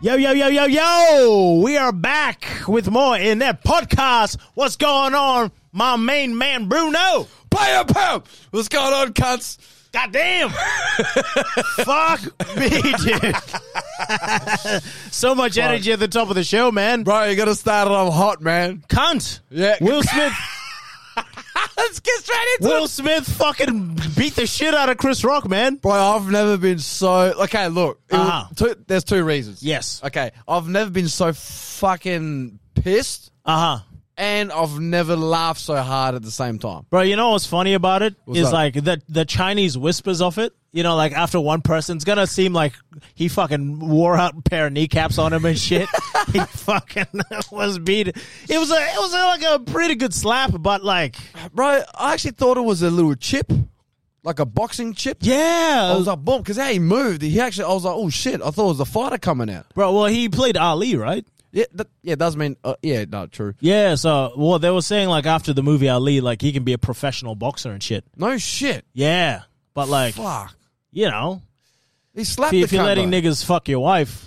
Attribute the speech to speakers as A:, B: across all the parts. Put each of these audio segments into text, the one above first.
A: Yo, yo, yo, yo, yo! We are back with more in that podcast. What's going on, my main man, Bruno?
B: Bam, bam! What's going on, cunts?
A: Goddamn! Fuck me, dude. so much energy at the top of the show, man.
B: Bro, you gotta start it on Oh, hot, man.
A: Cunt.
B: Yeah.
A: Will Smith.
B: Let's get straight into
A: Will Smith fucking beat the shit out of Chris Rock, man.
B: Bro, I've never been so. Okay, look. it was-
A: Uh-huh.
B: two, there's two reasons.
A: Yes.
B: Okay, I've never been so fucking pissed,
A: Uh
B: Uh-huh.
A: huh.
B: and I've never laughed so hard at the same time.
A: Bro, you know what's funny about it is
B: What's that?
A: like the the Chinese whispers of it. You know, like after one person, it's gonna seem like he fucking wore out a pair of kneecaps on him and shit. he fucking was beat. It was a it was like a pretty good slap, but like
B: Bro, I actually thought it was a little chip, like a boxing chip.
A: yeah,
B: I was like, boom, because how he moved, he actually, I was like, oh shit, I thought it was the fighter coming out.
A: bro. Well, he played Ali, right?
B: Yeah, that, yeah, does mean, uh, yeah, no, true.
A: Yeah. So, well, they were saying like after the movie Ali, like he can be a professional boxer and shit.
B: No shit.
A: Yeah, but like
B: Fuck.
A: you know,
B: He slapped
A: if
B: the
A: you're
B: cunt,
A: letting
B: bro.
A: niggas fuck your wife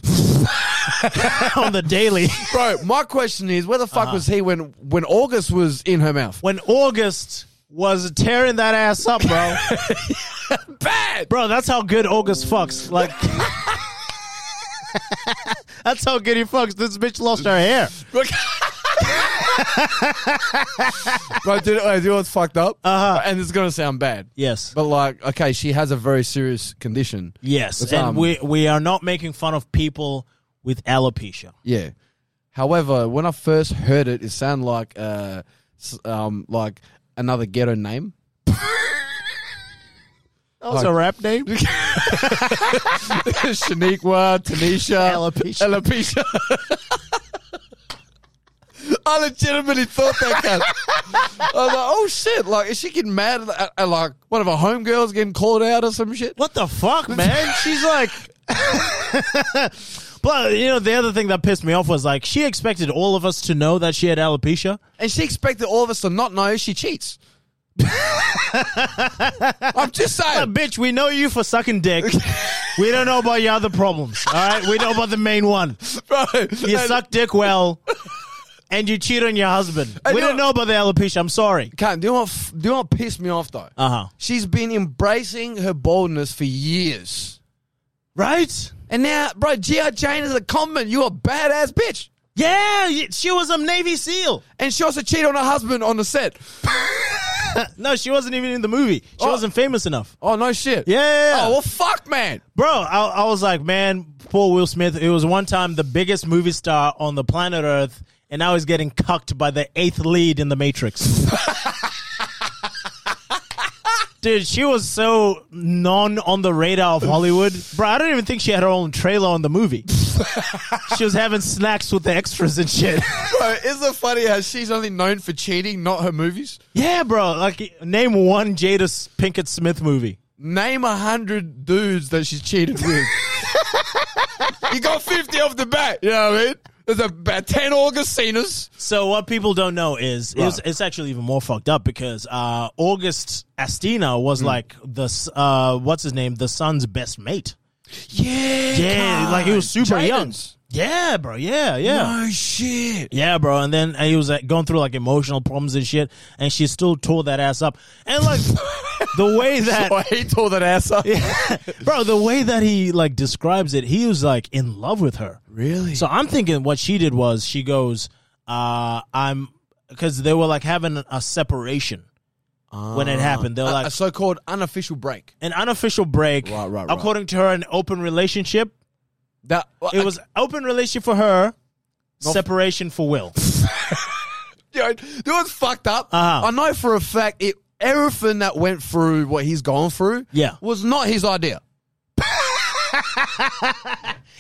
A: on the daily.
B: Bro, my question is, where the fuck was he when when August was in her mouth?
A: when August was tearing that ass up, bro.
B: Bad.
A: bro, that's how good August fucks. Like, that's how good he fucks. This bitch lost her hair.
B: Bro, dude, I do what's fucked up, uh-huh. and it's gonna sound bad.
A: Yes.
B: But like, okay, she has a very serious condition.
A: Yes,
B: That's,
A: and
B: um,
A: we we are not making fun of people with alopecia.
B: Yeah. However, when I first heard it, it sounded like uh, s- um, like another ghetto name.
A: That was a rap name.
B: Shaniqua, Tanisha,
A: Alopecia.
B: Alopecia. I legitimately thought that. Cat. I was like, "Oh shit! Like, is she getting mad at, at, like one of her homegirls getting called out or some shit?"
A: What the fuck, man? She's like. But you know the other thing that pissed me off was like she expected all of us to know that she had alopecia.
B: And she expected all of us to not know she cheats. I'm just
A: Uh,
B: saying.
A: bitch, we know you for sucking dick. we don't know about your other problems. All right, we know about the main one.
B: Bro,
A: You
B: and-
A: suck dick well, and you cheat on your husband.
B: And
A: we
B: you
A: don't know about the alopecia. I'm sorry.
B: Can't do not f- do not piss me off though.
A: Uh-huh.
B: She's been embracing her boldness for years,
A: Right?
B: and now, bro, GI Jane is a comment. You a badass bitch,
A: Yeah, y- she was a Navy SEAL.
B: and she also cheated on her husband on the set.
A: No, she wasn't even in the movie. She
B: Oh.
A: wasn't famous enough.
B: Oh no, shit.
A: Yeah, yeah, yeah.
B: Oh well, fuck, man.
A: bro, I, I was like, man, poor Will Smith. It was one time the biggest movie star on the planet Earth, and now he's getting cucked by the eighth lead in the Matrix. Dude, she was so non on the radar of Hollywood. Bro, I don't even think she had her own trailer on the movie. she was having snacks with the extras and shit.
B: Bro, isn't it funny how she's only known for cheating, not her movies?
A: yeah, bro. Like, name one Jada Pinkett Smith movie.
B: Name a hundred dudes that she's cheated with. you got fifty off the bat. You know what I mean? There's about ten Augustinas.
A: So what people don't know is
B: Right.
A: it's, it's actually even more fucked up because uh, August Astina was like the s- uh, what's his name the son's best mate.
B: Yeah,
A: Yeah, like he was super young.
B: Jaden's.
A: Yeah, bro. Yeah, yeah.
B: No shit.
A: Yeah, bro. And then and he was like, going through like emotional problems and shit, and she still tore that ass up. And like the way that
B: Oh, he tore that ass up.
A: bro, the way that he like describes it, he was like in love with her.
B: Really?
A: So I'm thinking what she did was she goes, uh, I'm because they were like having a separation when
B: Ah.
A: it happened. They're
B: a,
A: like
B: a so-called unofficial break.
A: an unofficial break,
B: Right, right, right.
A: according to her, an open relationship.
B: That
A: It was open relationship for her, separation for Will.
B: Yo, you know what's fucked up?
A: Uh-huh.
B: I know for a fact it everything that went through what he's gone through
A: Yeah.
B: was not his idea.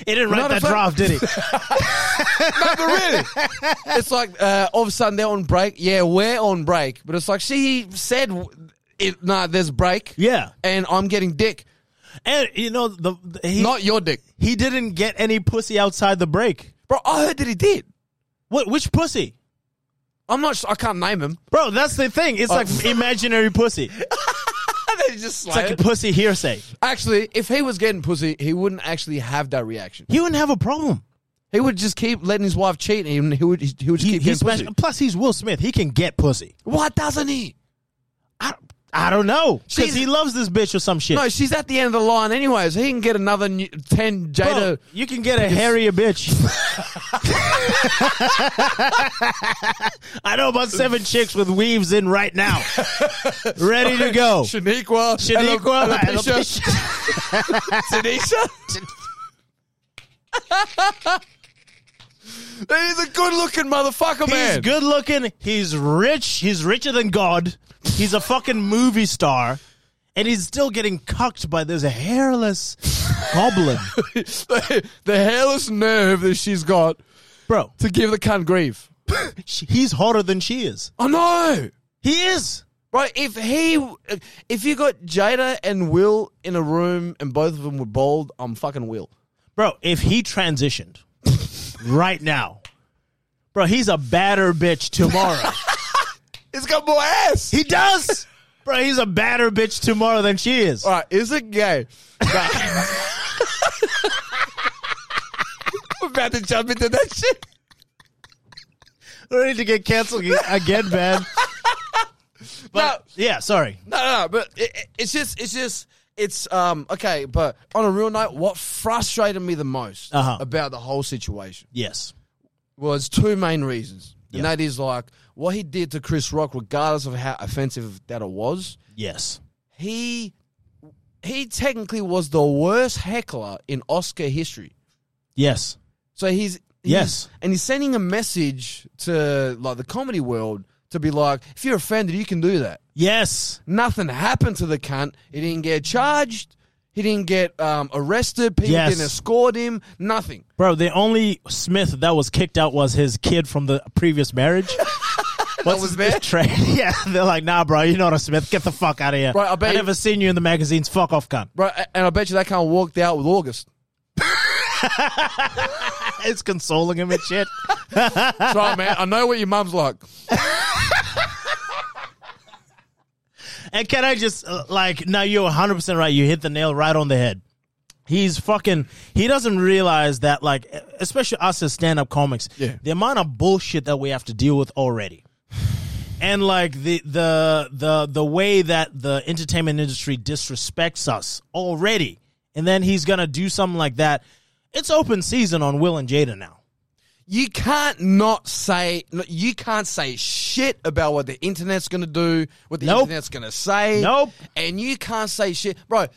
A: He didn't write
B: Not
A: that
B: a
A: draft,
B: fact.
A: did he?
B: No, but really, it's like uh, all of a sudden they're on break. Yeah, we're on break, but it's like she said, it, "Nah, there's break."
A: Yeah.
B: and I'm getting dick,
A: And you know the, the- he
B: not your dick,
A: he didn't get any pussy outside the break.
B: bro. I heard that he did.
A: What which pussy?
B: I'm not. su- I can't name him.
A: Bro, that's the thing.
B: Uh,
A: It's like imaginary pussy. It's
B: They just
A: like pussy hearsay.
B: actually, if he was getting pussy, he wouldn't actually have that reaction.
A: He wouldn't have a problem.
B: He would just keep letting his wife cheat, and he would. He would just
A: He,
B: keep
A: he
B: getting
A: smash-
B: pussy.
A: plus he's Will Smith. He can get pussy.
B: Why doesn't he?
A: I, I don't know. Because
B: She's-
A: he loves this bitch or some shit.
B: No, she's at the end of the line, anyways. He can get another new, ten
A: Bro,
B: Jada.
A: you can get a hairier bitch. I know about seven chicks with weaves in right now. Ready to go.
B: Shaniqua,
A: Shaniqua,
B: Alo- Alopecia,
A: alopecia.
B: Tanisha. He's a good looking motherfucker,
A: He's
B: man.
A: good looking. He's rich. He's richer than God. He's a fucking movie star. And he's still getting cucked by this hairless goblin.
B: the hairless nerve that she's got
A: Bro,
B: to give the cunt grief.
A: sh- he's hotter than she is.
B: I know.
A: He is.
B: Right, if he, if you got Jada and Will in a room and both of them were bald, I'm fucking Will.
A: Bro, if he transitioned right now, bro, he's a badder bitch tomorrow.
B: He's got more ass.
A: he does. Bro, he's a badder bitch tomorrow than she is.
B: All right, is it gay? Nah. We're about to jump into that shit.
A: We need to get canceled again, man. But yeah, sorry.
B: No, no, no. But it, it- it's just, it's just, it's um okay. But on a real note, what frustrated me the most
A: Uh-huh.
B: about the whole situation
A: Yes.
B: was two main reasons, and
A: Yeah.
B: that is like what he did to Chris Rock, regardless of how offensive that it was.
A: Yes.
B: He, he technically was the worst heckler in Oscar history.
A: Yes.
B: So he's, he's
A: Yes.
B: and he's sending a message to like the comedy world to be like, if you're offended, you can do that.
A: Yes.
B: Nothing happened to the cunt. He didn't get charged. He didn't get um, arrested. People
A: Yes.
B: didn't escort him. Nothing.
A: Bro, the only Smith that was kicked out was his kid from the previous marriage. What's
B: was
A: his name?
B: there?
A: Trey. yeah, they're like, nah, bro, you're not a Smith. Get the fuck out of here.
B: Right, I bet you-
A: never seen you in the magazines. Fuck off, cunt.
B: Right. a- And I bet you that cunt walked out with August.
A: It's consoling him and shit.
B: That's right, man. I know what your mum's like.
A: and can I just, uh, like, no, you're 100% right. You hit the nail right on the head. He's fucking, he doesn't realize that, like, especially us as stand up comics,
B: Yeah.
A: the amount of bullshit that we have to deal with already. and like the the the the way that the entertainment industry disrespects us already and then he's gonna do something like that it's open season on will and jada now
B: You can't not say, no, you can't say shit about what the internet's going to do, what the
A: Nope.
B: internet's going to say.
A: Nope.
B: And you can't say shit. Bro,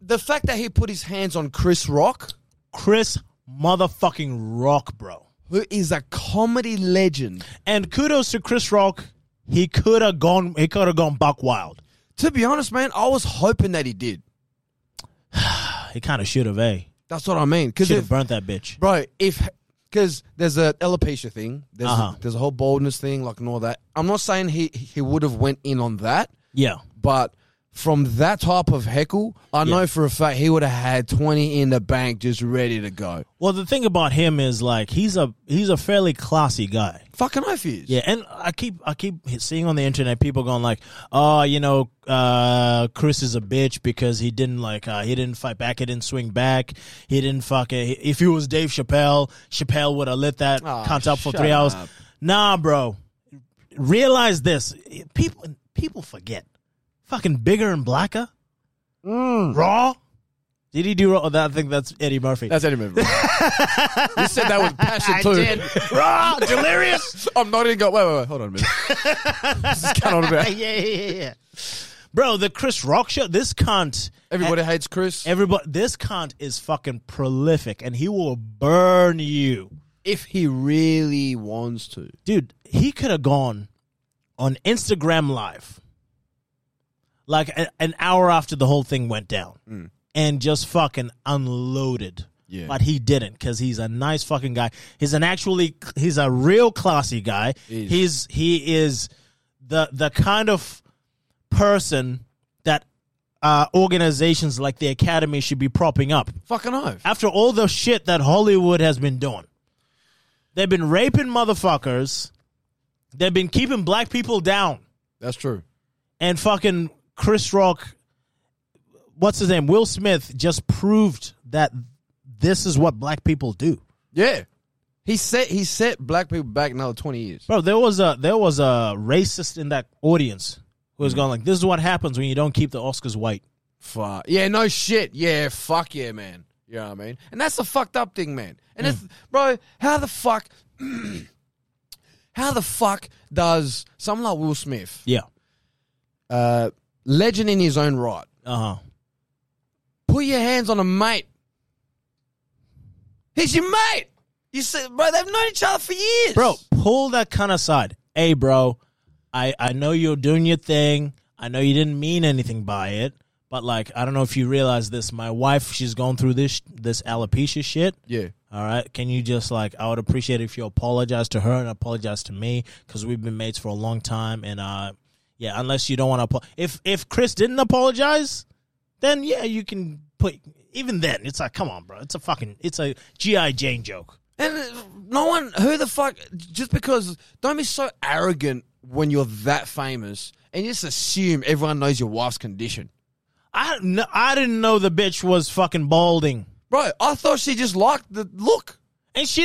B: the fact that he put his hands on Chris Rock,
A: chris motherfucking rock bro
B: who is a comedy legend.
A: and kudos to chris rock he could have gone he could have gone buck wild
B: To be honest, man, I was hoping that he did.
A: he kind of should have eh
B: That's what I mean. Because
A: should have
B: if,
A: burnt that bitch
B: bro, if because there's a alopecia thing, there's
A: Uh-huh.
B: there's a whole baldness thing, like and all that. I'm not saying he he would have went in on that,
A: yeah
B: but from that type of heckle, I know for a fact he would have had 20 in the bank just ready to go.
A: well the thing about him is like he's a he's a fairly classy guy
B: Fucking oath he is.
A: Yeah, and I keep I keep seeing on the internet people going like, "Oh, you know, uh, Chris is a bitch because he didn't like uh, he didn't fight back, he didn't swing back, he didn't fuck it. If he was Dave Chappelle, Chappelle would have lit that
B: Aw,
A: cunt up for
B: Oh, shut
A: three hours."
B: up.
A: Nah, bro. Realize this: people people forget. Fucking bigger and blacker,
B: Mm.
A: raw. Did he do raw? Oh, I think that's Eddie Murphy.
B: That's any movie. you said that with passion
A: I
B: too.
A: did. raw, delirious.
B: I'm not even going. Wait, wait, wait. Hold on a minute. this is kind of about.
A: yeah, yeah, yeah, yeah. Bro, the Chris Rock show, this cunt,
B: Everybody hates Chris.
A: everybody, this cunt is fucking prolific and he will burn you.
B: if he really wants to.
A: Dude, he could have gone on Instagram Live like a, an hour after the whole thing went down, and just fucking unloaded.
B: Mm. Yeah.
A: But he didn't because he's a nice fucking guy. He's an actually he's a real classy guy.
B: He is.
A: He's he is the the kind of person that uh, organizations like the Academy should be propping up
B: Fucking oath.
A: after all the shit that Hollywood has been doing. They've been raping motherfuckers. They've been keeping black people down.
B: That's true.
A: And fucking Chris Rock, what's his name? Will Smith just proved that this is what black people do.
B: Yeah. He set he set black people back another twenty years.
A: Bro, there was a there was a racist in that audience who was going like, "This is what happens when you don't keep the Oscars white."
B: Fuck. Yeah, no shit. Yeah, fuck yeah, man. You know what I mean? And that's the fucked up thing, man. And it's bro, how the fuck how the fuck does someone like Will Smith,
A: Yeah.
B: uh, legend in his own right,
A: Uh huh.
B: put your hands on a mate? He's your mate. You said, bro, they've known each other for years,
A: bro pull that kind of side hey bro i i know you're doing your thing i know you didn't mean anything by it but like i don't know if you realize this my wife she's going through this this alopecia shit
B: Yeah,
A: all right can you just like i would appreciate if you apologize to her and apologize to me because we've been mates for a long time and uh yeah unless you don't want to apo- if if chris didn't apologize then yeah you can put even then it's like come on bro it's a fucking it's a gi jane joke
B: and uh, no one, who the fuck, just because, don't be so arrogant when you're that famous and just assume everyone knows your wife's condition.
A: I kn- I didn't know the bitch was fucking balding,
B: Bro, I thought she just liked the look.
A: and she.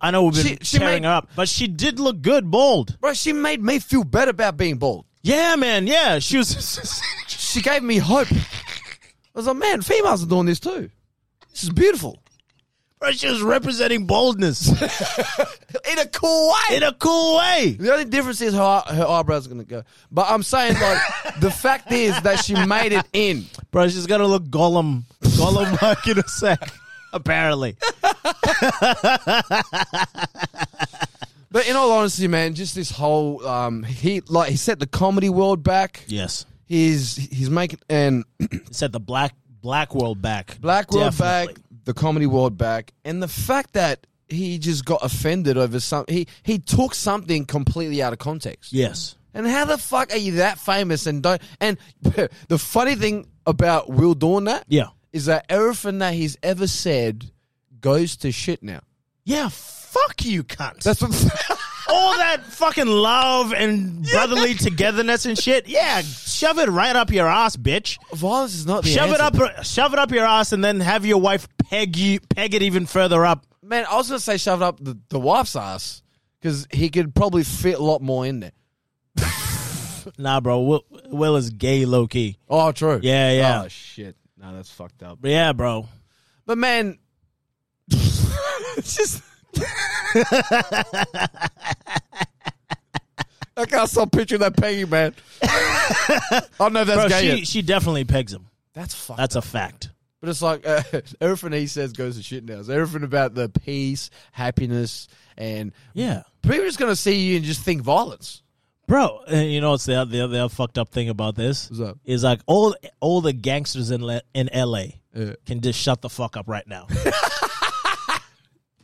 A: I know we've been
B: She- she
A: tearing
B: made-
A: her up, but she did look good bald.
B: Bro, she made me feel better about being bald.
A: Yeah, man. Yeah, she was.
B: She gave me hope. I was like, man, females are doing this too. This is beautiful.
A: bro, she was representing baldness
B: In a cool way.
A: in a cool way.
B: The only difference is her her eyebrows are gonna go. But I'm saying like the fact is that she made it in.
A: Bro, she's gonna look Gollum, Gollum like in a sec. Apparently,
B: But in all honesty, man, just this whole um he like he set the comedy world back.
A: yes.
B: He's he's making and
A: Set the black black world back.
B: black world
A: Definitely.
B: back, the comedy world back, and the fact that he just got offended over some he he took something completely out of context.
A: Yes.
B: And how the fuck are you that famous and don't? And the funny thing about Will doing that is
A: Yeah.
B: that everything that he's ever said goes to shit now.
A: Yeah. Fuck you, cunt.
B: That's what.
A: all that fucking love and brotherly togetherness and shit. Yeah, shove it right up your ass, bitch.
B: Violence is not the
A: Shove it
B: answer.
A: up, shove it up your ass, and then have your wife peg you, peg it even further up.
B: man. I was gonna say shove it up the, the wife's ass because he could probably fit a lot more in there.
A: Nah, bro. Will, Will is gay, low key.
B: Oh, true.
A: Yeah, yeah.
B: Oh shit. No, that's fucked up.
A: But yeah, bro.
B: But man, it's just. I can't stop picturing that Peggy man. I know that's
A: Bro,
B: gay.
A: she, she definitely pegs him.
B: that's fucked.
A: That's a fact.
B: But it's like uh, everything he says goes to shit now. It's everything about the peace, happiness, and
A: Yeah,
B: people are just gonna see you and just think violence.
A: bro. And you know what's the the the fucked up thing about this
B: What's up?
A: is like all all the gangsters in Le- in L.A.
B: Yeah.
A: can just shut the fuck up right now.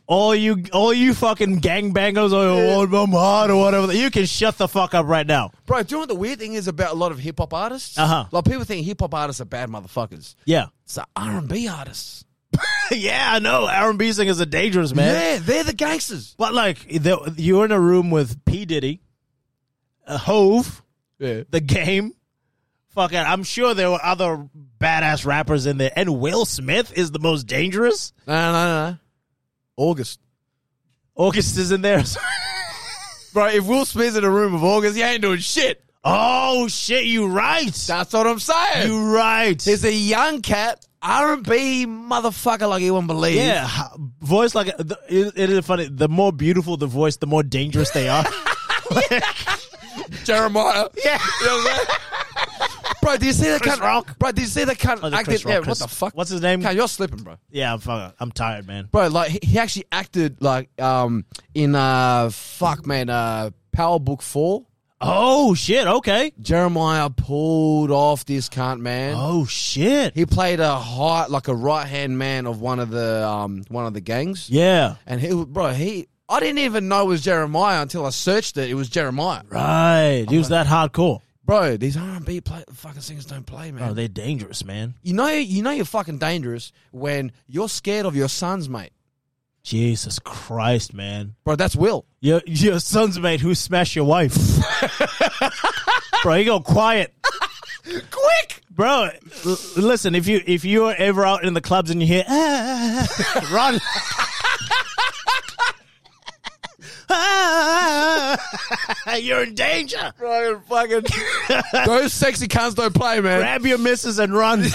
A: all you all you fucking gangbangers or I'm hard or whatever, you can shut the fuck up right now.
B: Bro, do you know what the weird thing is about a lot of hip hop artists?
A: Uh-huh.
B: Like people think hip hop artists are bad motherfuckers.
A: Yeah.
B: It's the R and B artists.
A: yeah, I know. R&B singers are dangerous, man.
B: Yeah, they're the gangsters.
A: But like there, you're in a room with P Diddy, uh, Hove,
B: Yeah.
A: The Game, fucking I'm sure there were other badass rappers in there and Will Smith is the most dangerous.
B: No, no, no, no. August.
A: August is in there.
B: Bro, if Will Smith's in a room with August, he ain't doing shit.
A: oh shit, you right.
B: That's what I'm saying.
A: You right.
B: There's a young cat, R and B motherfucker like you wouldn't believe.
A: Yeah, h- voice like the, it, it is funny. The more beautiful the voice, the more dangerous they are.
B: Jeremiah.
A: yeah,
B: You know what I'm saying? bro, do you see that
A: Chris
B: cunt?
A: Rock.
B: Bro, do you see that cunt
A: Oh, the
B: acted?
A: Chris Rock,
B: yeah,
A: Chris-
B: what the fuck?
A: what's his name?
B: Cunt, you're slipping, bro.
A: yeah. I'm fucking, I'm tired, man.
B: Bro, like he, he actually acted like um in uh fuck man uh Power Book Four.
A: Oh shit. Okay.
B: Jeremiah pulled off this cunt, man.
A: Oh shit.
B: He played a high, like a right hand man of one of the um one of the gangs.
A: Yeah.
B: And he, bro, he, I didn't even know it was Jeremiah until I searched it. It was Jeremiah,
A: Right. He was that hardcore.
B: bro. These R and B play, fucking singers don't play, man.
A: Oh, they're dangerous, man.
B: you know, you know, you're fucking dangerous when you're scared of your sons, mate,
A: Jesus Christ, man.
B: bro. That's Will.
A: Your your son's mate who smashed your wife. Bro, you go quiet.
B: Quick,
A: Bro, l- listen, if you if you're ever out in the clubs and you hear ah, ah, ah, run. Ah, you're in danger.
B: bro, fucking those sexy cunts don't play, man.
A: Grab your missus and run.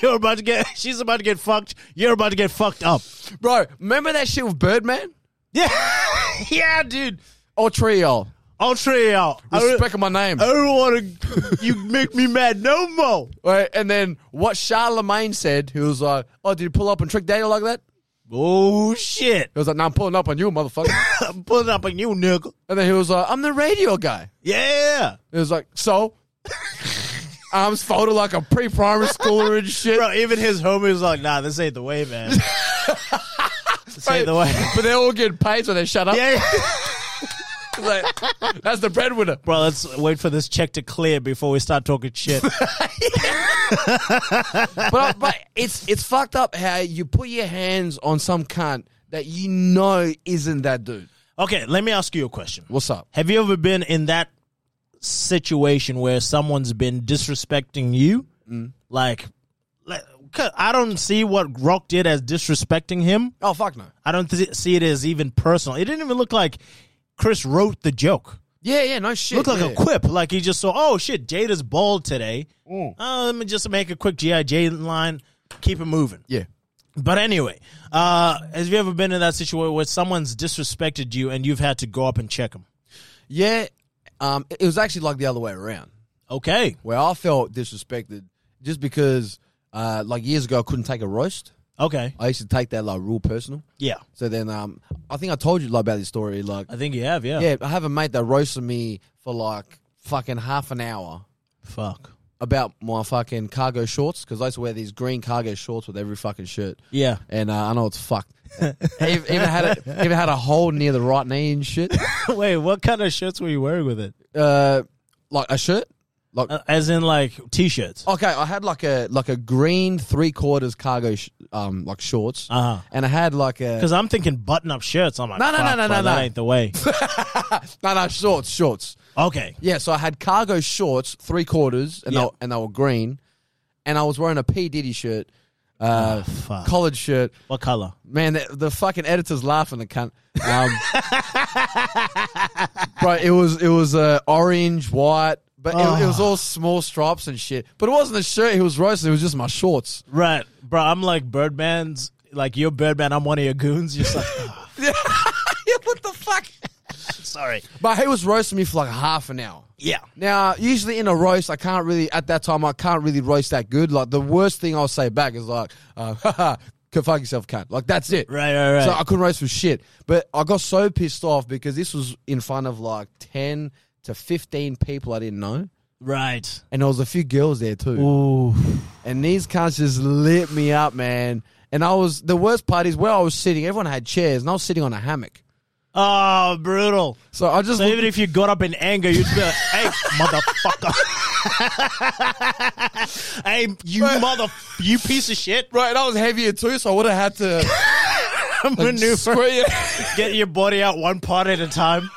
A: you're about to get she's about to get fucked. You're about to get fucked up.
B: Bro, remember that shit with Birdman
A: Yeah. yeah, dude.
B: or Trio?
A: I'll try you out. I re-
B: Respect my name.
A: I don't want to. You make me mad no more.
B: Right, and then what Charlemagne said, he was like, "Oh, did you pull up and trick Daniel like that?"
A: Oh shit!
B: He was like, "No, I'm pulling up on you, motherfucker."
A: I'm pulling up on you, nigga.
B: and then he was like, "I'm the radio guy."
A: Yeah,
B: It was like, so arms folded like a pre-primary schooler and shit.
A: bro. Even his homie was like, "Nah, this ain't the way, man. this ain't the way."
B: But they're all getting paid, so they shut up.
A: Yeah,
B: Like, that's the breadwinner.
A: bro. Let's wait for this check to clear before we start talking shit.
B: But, but it's it's fucked up how you put your hands on some cunt that you know isn't that dude.
A: okay, let me ask you a question.
B: What's up?
A: Have you ever been in that situation where someone's been disrespecting you? Like, like, 'cause I don't see what Rock did as disrespecting him.
B: Oh fuck no.
A: I don't th- see it as even personal. It didn't even look like Chris wrote the joke.
B: Yeah, yeah, no shit.
A: It looked like
B: yeah.
A: a quip. Like he just saw, oh shit, Jada's bald today.
B: Mm.
A: Uh, let me just make a quick GI Jade line, keep it moving.
B: Yeah.
A: But anyway, uh, have you ever been in that situation where someone's disrespected you and you've had to go up and check them?
B: Yeah. Um it was actually like the other way around.
A: Okay.
B: Where I felt disrespected just because uh like years ago I couldn't take a roast.
A: Okay.
B: I used to take that like real personal.
A: Yeah.
B: So then um I think I told you like about this story, like
A: I think you have, yeah.
B: Yeah, I have a mate that roasted me for like fucking half an hour
A: Fuck.
B: about my fucking cargo shorts because I used to wear these green cargo shorts with every fucking shirt.
A: Yeah.
B: And uh, I know it's fucked. even, even had a, even had a hole near the right knee and shit.
A: Wait, what kind of shirts were you wearing with it?
B: Uh, like a shirt. Like
A: Uh, as in, like, t shirts.
B: okay, I had like a like a green three quarters cargo sh- um like shorts,
A: Uh huh.
B: and I had like a
A: Because I'm thinking button up shirts. I'm like,
B: No, no, no,
A: fuck,
B: no,
A: bro,
B: no,
A: That
B: no.
A: ain't the way.
B: no no shorts shorts.
A: Okay.
B: Yeah, so I had cargo shorts, three quarters, and
A: Yeah.
B: they were, and they were green, and I was wearing a P Diddy shirt, uh,
A: fuck.
B: collared shirt.
A: What color?
B: Man, the, the fucking editor's laughing. The cunt, um, bro. It was it was uh, orange, white, but it, it was all small stripes and shit. But it wasn't the shirt he was roasting. It was just my shorts.
A: Right, bro. I'm like Birdman's. Like you're Birdman. I'm one of your goons. You're just like, "Ah,
B: Yeah, what the fuck?
A: sorry.
B: But he was roasting me for like half an hour.
A: Yeah.
B: Now, usually in a roast, I can't really at that time I can't really roast that good. Like the worst thing I'll say back is like, uh, haha, "Can fuck yourself, cunt." Like that's it.
A: Right, right, right.
B: So I couldn't roast for shit. But I got so pissed off because this was in front of like ten to fifteen people I didn't know,
A: right. Oh,
B: and there was a few girls there too.
A: Ooh.
B: And these cunts just lit me up, man. And I was the worst part is where I was sitting. Everyone had chairs, and I was sitting on a hammock.
A: Oh, brutal.
B: So I just
A: So even if you got up in anger, you'd be like, hey, motherfucker. hey, you mother, you piece of shit.
B: right, and I was heavier too, so I would have had to
A: Maneuver.
B: square-
A: Get your body out one part at a time.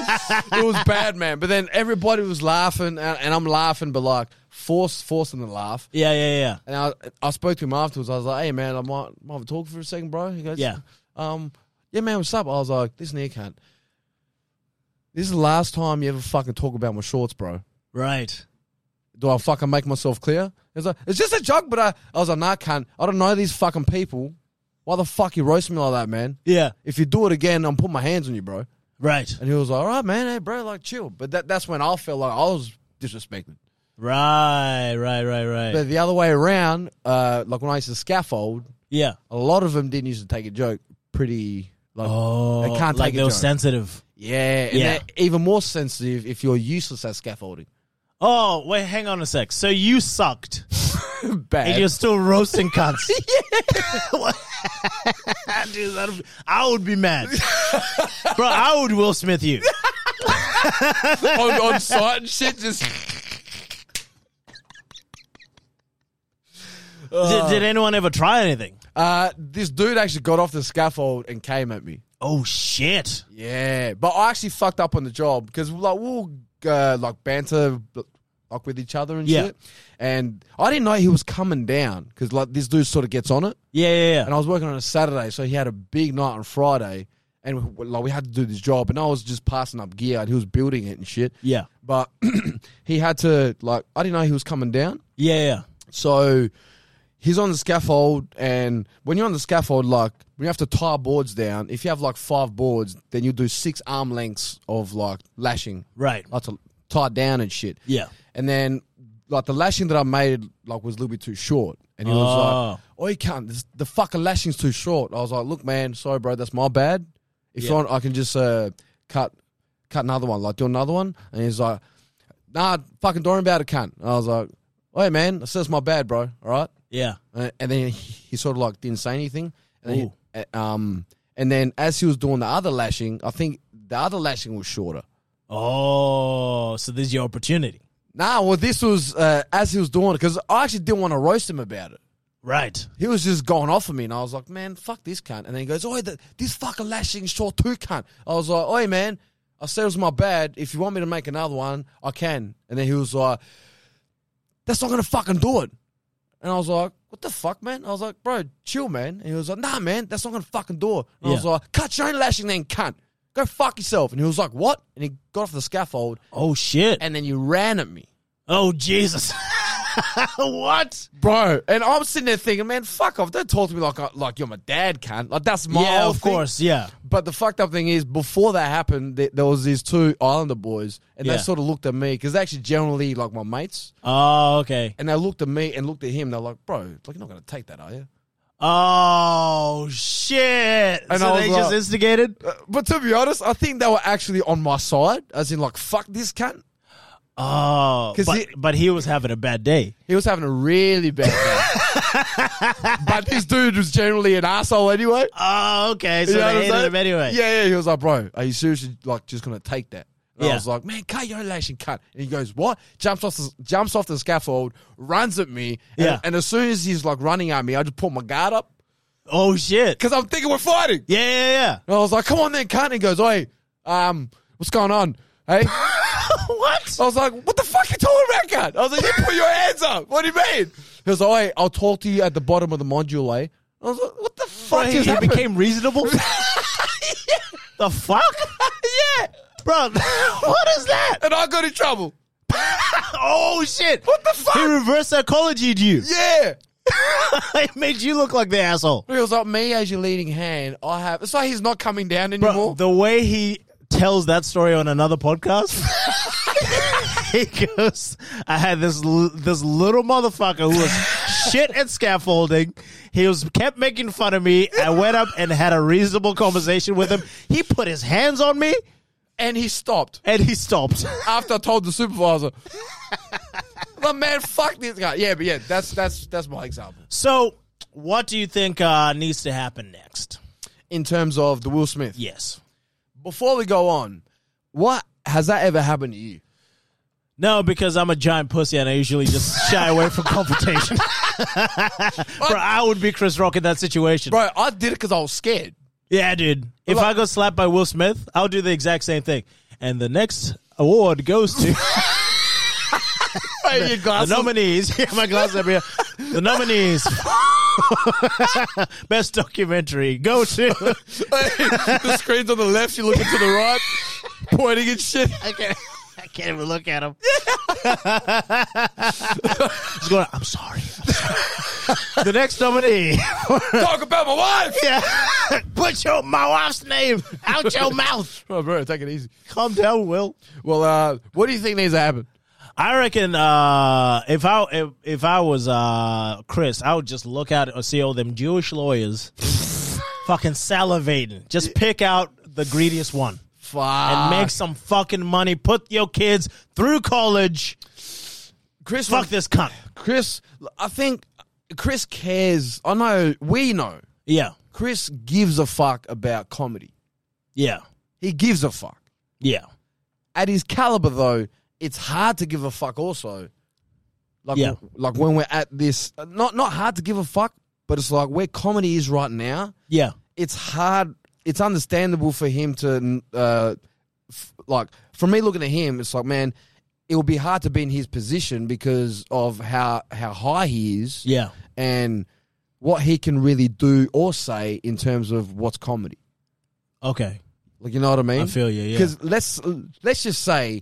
B: it was bad, man. But then everybody was laughing, and, and I'm laughing, but like force forcing the laugh.
A: Yeah, yeah, yeah.
B: And I, I spoke to him afterwards. I was like, "Hey, man, I might, might have a talk for a second, bro." He goes,
A: Yeah.
B: um, yeah, man, what's up?" I was like, "This near cunt. This is the last time you ever fucking talk about my shorts, bro.
A: Right.
B: Do I fucking make myself clear?" He was like, "It's just a joke," but I, I was like, "Nah, cunt. I don't know these fucking people. Why the fuck you roast me like that, man?
A: Yeah.
B: If you do it again, I'm putting my hands on you, bro."
A: Right.
B: And he was like, "All right, man, hey, bro, like chill." But that, that's when I felt like I was disrespected.
A: Right, right, right, right.
B: But the other way around, uh, like when I used to scaffold,
A: yeah.
B: a lot of them didn't used to take a joke pretty like
A: Oh,
B: they can't
A: like
B: take a
A: they were
B: joke.
A: sensitive.
B: Yeah, and
A: Yeah.
B: they're even more sensitive if you're useless at scaffolding.
A: Oh, wait, hang on a sec. So you sucked, and
B: Bad.
A: you're still roasting cunts. What? Dude, that'd be- I would be mad, bro. I would Will Smith you.
B: on, on site and shit. Just
A: Did, did anyone ever try anything?
B: uh, this dude actually got off the scaffold and came at me.
A: Oh shit!
B: Yeah, but I actually fucked up on the job because like we'll uh, like banter like with each other and
A: Yeah.
B: shit. And I didn't know he was coming down because like this dude sort of gets on it.
A: Yeah, yeah,
B: And
A: yeah.
B: I was working on a Saturday, so he had a big night on Friday, and we, like we had to do this job. And I was just passing up gear, and he was building it and shit.
A: Yeah,
B: But he had to like I didn't know he was coming down.
A: yeah, yeah.
B: So he's on the scaffold, and when you're on the scaffold, like when you have to tie boards down, if you have like five boards, then you do six arm lengths of like lashing,
A: Right.
B: like to tie down and shit.
A: Yeah.
B: And then like the lashing that I made like was a little bit too short, and he was like,
A: Oh.
B: "Oh, you can't. This, the fucking lashing's too short." I was like, "Look, man, sorry, bro, that's my bad. If you want, I can just uh, cut cut another one, like do another one." And he's like nah, fucking don't worry about it, cunt. And I was like, hey, man, this is my bad, bro. All right.
A: Yeah.
B: And and then he, he sort of like didn't say anything. And then,
A: Ooh.
B: he- uh, um, and then as he was doing the other lashing, I think the other lashing was shorter.
A: Oh, so this is your opportunity.
B: Nah, well, this was uh, as he was doing it because I actually didn't want to roast him about it.
A: Right.
B: He was just going off of me, and I was like, man, fuck this cunt. And then he goes, oi, the, this fucking lashing's short too, cunt. I was like, oi, man, I said it was my bad. If you want me to make another one, I can. And then he was like, that's not going to fucking do it. And I was like, what the fuck, man? I was like, bro, chill, man. And he was like, nah, man, that's not going to fucking do it. And I was
A: Yeah.
B: like, cut your own lashing then, cunt. Go fuck yourself. And he was like, what? And he got off the scaffold,
A: Oh shit.
B: and then you ran at me.
A: Oh Jesus. what?
B: Bro, and I'm sitting there thinking, man, fuck off! Don't talk to me like I- like you're my dad, cunt. Like that's my
A: yeah,
B: whole
A: of
B: thing.
A: course. Yeah.
B: But the fucked up thing is, before that happened, th- there was these two Islander boys, and they
A: Yeah.
B: sort of looked at me because they actually generally like my mates,
A: Oh, okay.
B: and they looked at me and looked at him. They're like, "Bro, like you're not gonna take that, are you?"
A: Oh shit.
B: And I
A: so
B: was
A: they
B: like-
A: just instigated?
B: Uh, But to be honest, I think they were actually on my side, as in like, "Fuck this cunt."
A: Oh,
B: 'Cause
A: but,
B: he-
A: but he was having a bad day.
B: He was having a really bad day, but this dude was generally an asshole anyway.
A: Oh, okay. So
B: You know what I'm
A: they hated
B: saying?
A: him anyway.
B: Yeah, yeah. He was like, bro, are you seriously like just gonna take that? And I
A: Yeah.
B: was like, man, cut your relation, cut. And he goes, what? Jumps off, the, jumps off the scaffold, runs at me. And,
A: Yeah.
B: And as soon as he's like running at me, I just put my guard up
A: Oh shit.
B: because I'm thinking we're fighting.
A: Yeah, yeah, yeah.
B: And I was like, come on then, cunt. And he goes, hey, um, what's going on? Hey.
A: what?
B: I was like, what the fuck you talking about, cunt? I was like, you put your hands up. What do you mean? He was like, hey, I'll talk to you at the bottom of the module, eh? I was like, what the fuck
A: he
B: is happening?
A: became reasonable. The fuck,
B: yeah.
A: bro? what is that?
B: And I got in trouble.
A: Oh shit!
B: What the fuck?
A: He reverse psychologied you.
B: Yeah.
A: it made you look like the asshole.
B: It was like me as your leading hand. I have. It's like he's not coming down
A: Bro,
B: anymore.
A: the way he tells that story on another podcast, he goes, "I had this l- this little motherfucker who was shit at scaffolding. He was kept making fun of me. I went up and had a reasonable conversation with him. He put his hands on me
B: and he stopped
A: and he stopped.
B: after I told the supervisor. the man, fuck this guy. Yeah, but yeah, that's that's that's my example
A: So, what do you think uh, needs to happen next?
B: in terms of the Will Smith.
A: Yes.
B: Before we go on, what has that ever happened to you?
A: No, because I'm a giant pussy and I usually just shy away from confrontation. Bro, I would be Chris Rock in that situation.
B: Bro, I did it because I was scared.
A: Yeah, dude. If I got slapped by Will Smith, I'll do the exact same thing. And the next award goes to
B: Hey, your
A: the
B: glasses.
A: nominees. Yeah, my glasses up here. The nominees. Best documentary. Go to.
B: the screen's on the left. You're looking to the right, pointing and shit.
A: I can't. I can't even look at him. He's going. I'm sorry. I'm sorry." the next nominee.
B: Talk about my wife.
A: Yeah. Put your my wife's name out your mouth.
B: Oh, bro, take it easy.
A: Calm down, Will.
B: Well, uh, what do you think needs to happen?
A: I reckon uh, if I if, if I was uh, Chris, I would just look out and see all them Jewish lawyers fucking salivating. Just pick out the greediest one.
B: Fuck.
A: and make some fucking money. Put your kids through college.
B: Chris
A: Fuck this cunt.
B: Chris, I think Chris cares. I know we know.
A: Yeah,
B: Chris gives a fuck about comedy.
A: yeah,
B: He gives a fuck.
A: yeah,
B: At his caliber, though, it's hard to give a fuck. Also, like
A: Yeah.
B: like when we're at this, not not hard to give a fuck, but it's like where comedy is right now.
A: yeah,
B: It's hard. It's understandable for him to uh, f- like. For me, looking at him, it's like man, it would be hard to be in his position because of how how high he is.
A: yeah,
B: and what he can really do or say in terms of what's comedy.
A: okay,
B: Like you know what I mean?
A: I feel you, yeah.
B: Because let's let's just say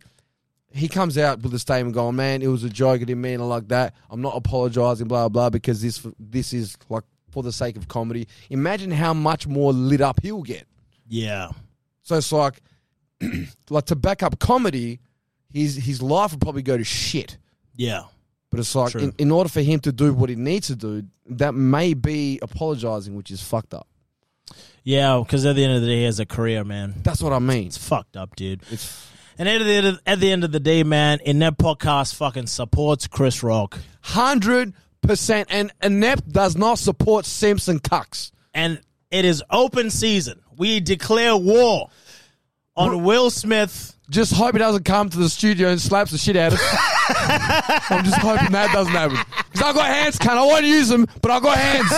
B: he comes out with a statement going, "Man, it was a joke. It didn't mean it like that. I'm not apologizing, blah blah, because this this is like for the sake of comedy." Imagine how much more lit up he'll get.
A: yeah,
B: So it's like, like to back up comedy, his his life would probably go to shit.
A: yeah,
B: But it's like,
A: True.
B: in, in order for him to do what he needs to do, that may be apologizing, which is fucked up.
A: yeah. Because at the end of the day, he has a career, man.
B: That's what I mean.
A: It's fucked up, dude.
B: It's
A: And at the end of, at the end of the day, man, in that podcast, fucking supports Chris Rock.
B: hundred percent. And inept does not support Simpson cucks.
A: and it is open season. We declare war on Will Smith.
B: Just hope he doesn't come to the studio and slaps the shit out of. I'm just hoping that doesn't happen. Cause I got hands, cunt. I want to use them, but I got hands.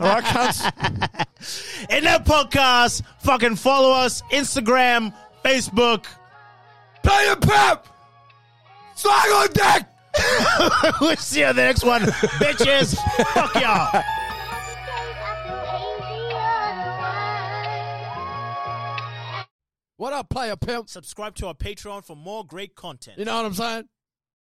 B: All right, cunts.
A: In that podcast, fucking follow us Instagram, Facebook.
B: Play your pep. Slag on deck.
A: we'll see you on the next one, bitches. Fuck y'all.
B: What up, player pimps?
A: Subscribe to our Patreon for more great content.
B: You know what I'm saying?